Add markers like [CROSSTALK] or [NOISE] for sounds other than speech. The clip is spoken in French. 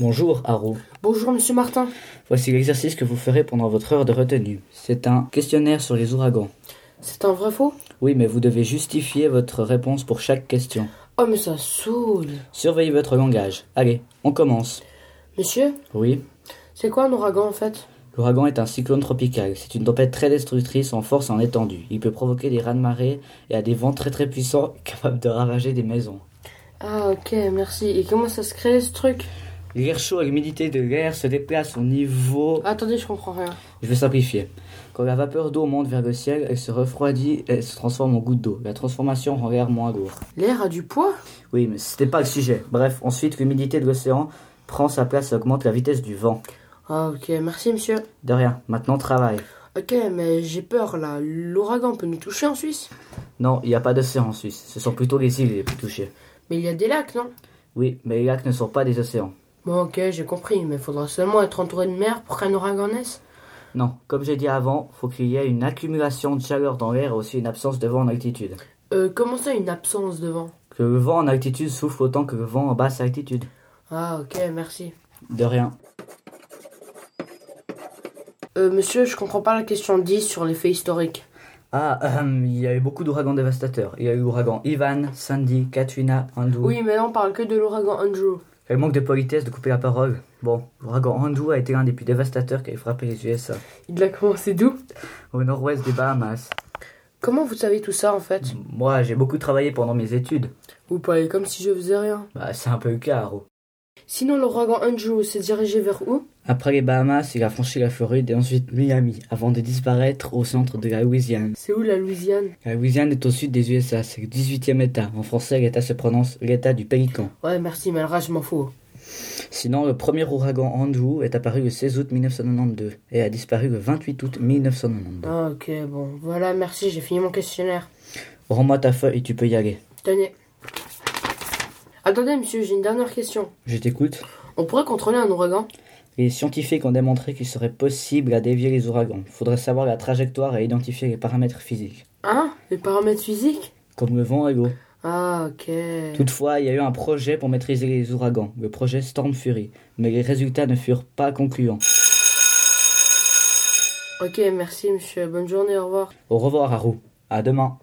Bonjour, Haro. Bonjour, monsieur Martin. Voici l'exercice que vous ferez pendant votre heure de retenue. C'est un questionnaire sur les ouragans. C'est un vrai faux Oui, mais vous devez justifier votre réponse pour chaque question. Oh, mais ça saoule. Surveillez votre langage. Allez, on commence. Monsieur, Oui, c'est quoi un ouragan en fait l'ouragan est un cyclone tropical. C'est une tempête très destructrice en force et en étendue. Il peut provoquer des rats de marée et a des vents très très puissants [LAUGHS] capables de ravager des maisons. Ah, ok, merci. Et comment ça se crée ce truc L'air chaud et l'humidité de l'air se déplacent au niveau... Attendez, je comprends rien. Je vais simplifier. Quand la vapeur d'eau monte vers le ciel, elle se refroidit et elle se transforme en goutte d'eau. La transformation rend l'air moins lourd. L'air a du poids Oui, mais c'était pas le sujet. Bref, ensuite, l'humidité de l'océan prend sa place et augmente la vitesse du vent. Ah, ok, merci, monsieur. De rien, maintenant travail. Ok, mais j'ai peur là. L'ouragan peut nous toucher en Suisse Non, il n'y a pas d'océan en Suisse. Ce sont plutôt les îles les plus touchées. Mais il y a des lacs, non Oui, mais les lacs ne sont pas des océans. Bon, ok, j'ai compris, mais faudra seulement être entouré de mer pour qu'un ouragan naisse. Non, comme j'ai dit avant, faut qu'il y ait une accumulation de chaleur dans l'air et aussi une absence de vent en altitude. Euh, comment ça, une absence de vent Que le vent en altitude souffle autant que le vent en basse altitude. Ah, ok, merci. De rien. Euh, monsieur, je comprends pas la question 10 sur les faits historiques. Ah, euh, il y a eu beaucoup d'ouragans dévastateurs. Il y a eu l'ouragan Ivan, Sandy, Katrina, Andrew. Oui, mais là, on parle que de l'ouragan Andrew. Quel manque de politesse de couper la parole. Bon, l'ouragan Andrew a été l'un des plus dévastateurs qui ait frappé les USA. Il a commencé d'où Au nord-ouest des Bahamas. Comment vous savez tout ça en fait Moi, j'ai beaucoup travaillé pendant mes études. Vous parlez comme si je faisais rien. Bah, c'est un peu le cas, Haro. Sinon, l'ouragan Andrew s'est dirigé vers où Après les Bahamas, il a franchi la Floride et ensuite Miami, avant de disparaître au centre de la Louisiane. C'est où la Louisiane La Louisiane est au sud des USA, c'est le 18e État. En français, l'État se prononce l'État du Pélican. Ouais, merci, mais là, je m'en fous. Sinon, le premier ouragan Andrew est apparu le 16 août 1992 et a disparu le 28 août 1992. Ah, ok, bon. Voilà, merci, j'ai fini mon questionnaire. Rends-moi ta feuille et tu peux y aller. Tenez. Attendez, monsieur, j'ai une dernière question. Je t'écoute. On pourrait contrôler un ouragan Les scientifiques ont démontré qu'il serait possible à dévier les ouragans. Faudrait savoir la trajectoire et identifier les paramètres physiques, Hein Les paramètres physiques comme le vent et l'eau. Ah, ok. Toutefois, il y a eu un projet pour maîtriser les ouragans, le projet Storm Fury, mais les résultats ne furent pas concluants. Ok, merci, monsieur. Bonne journée, au revoir. Au revoir, Haru. À demain.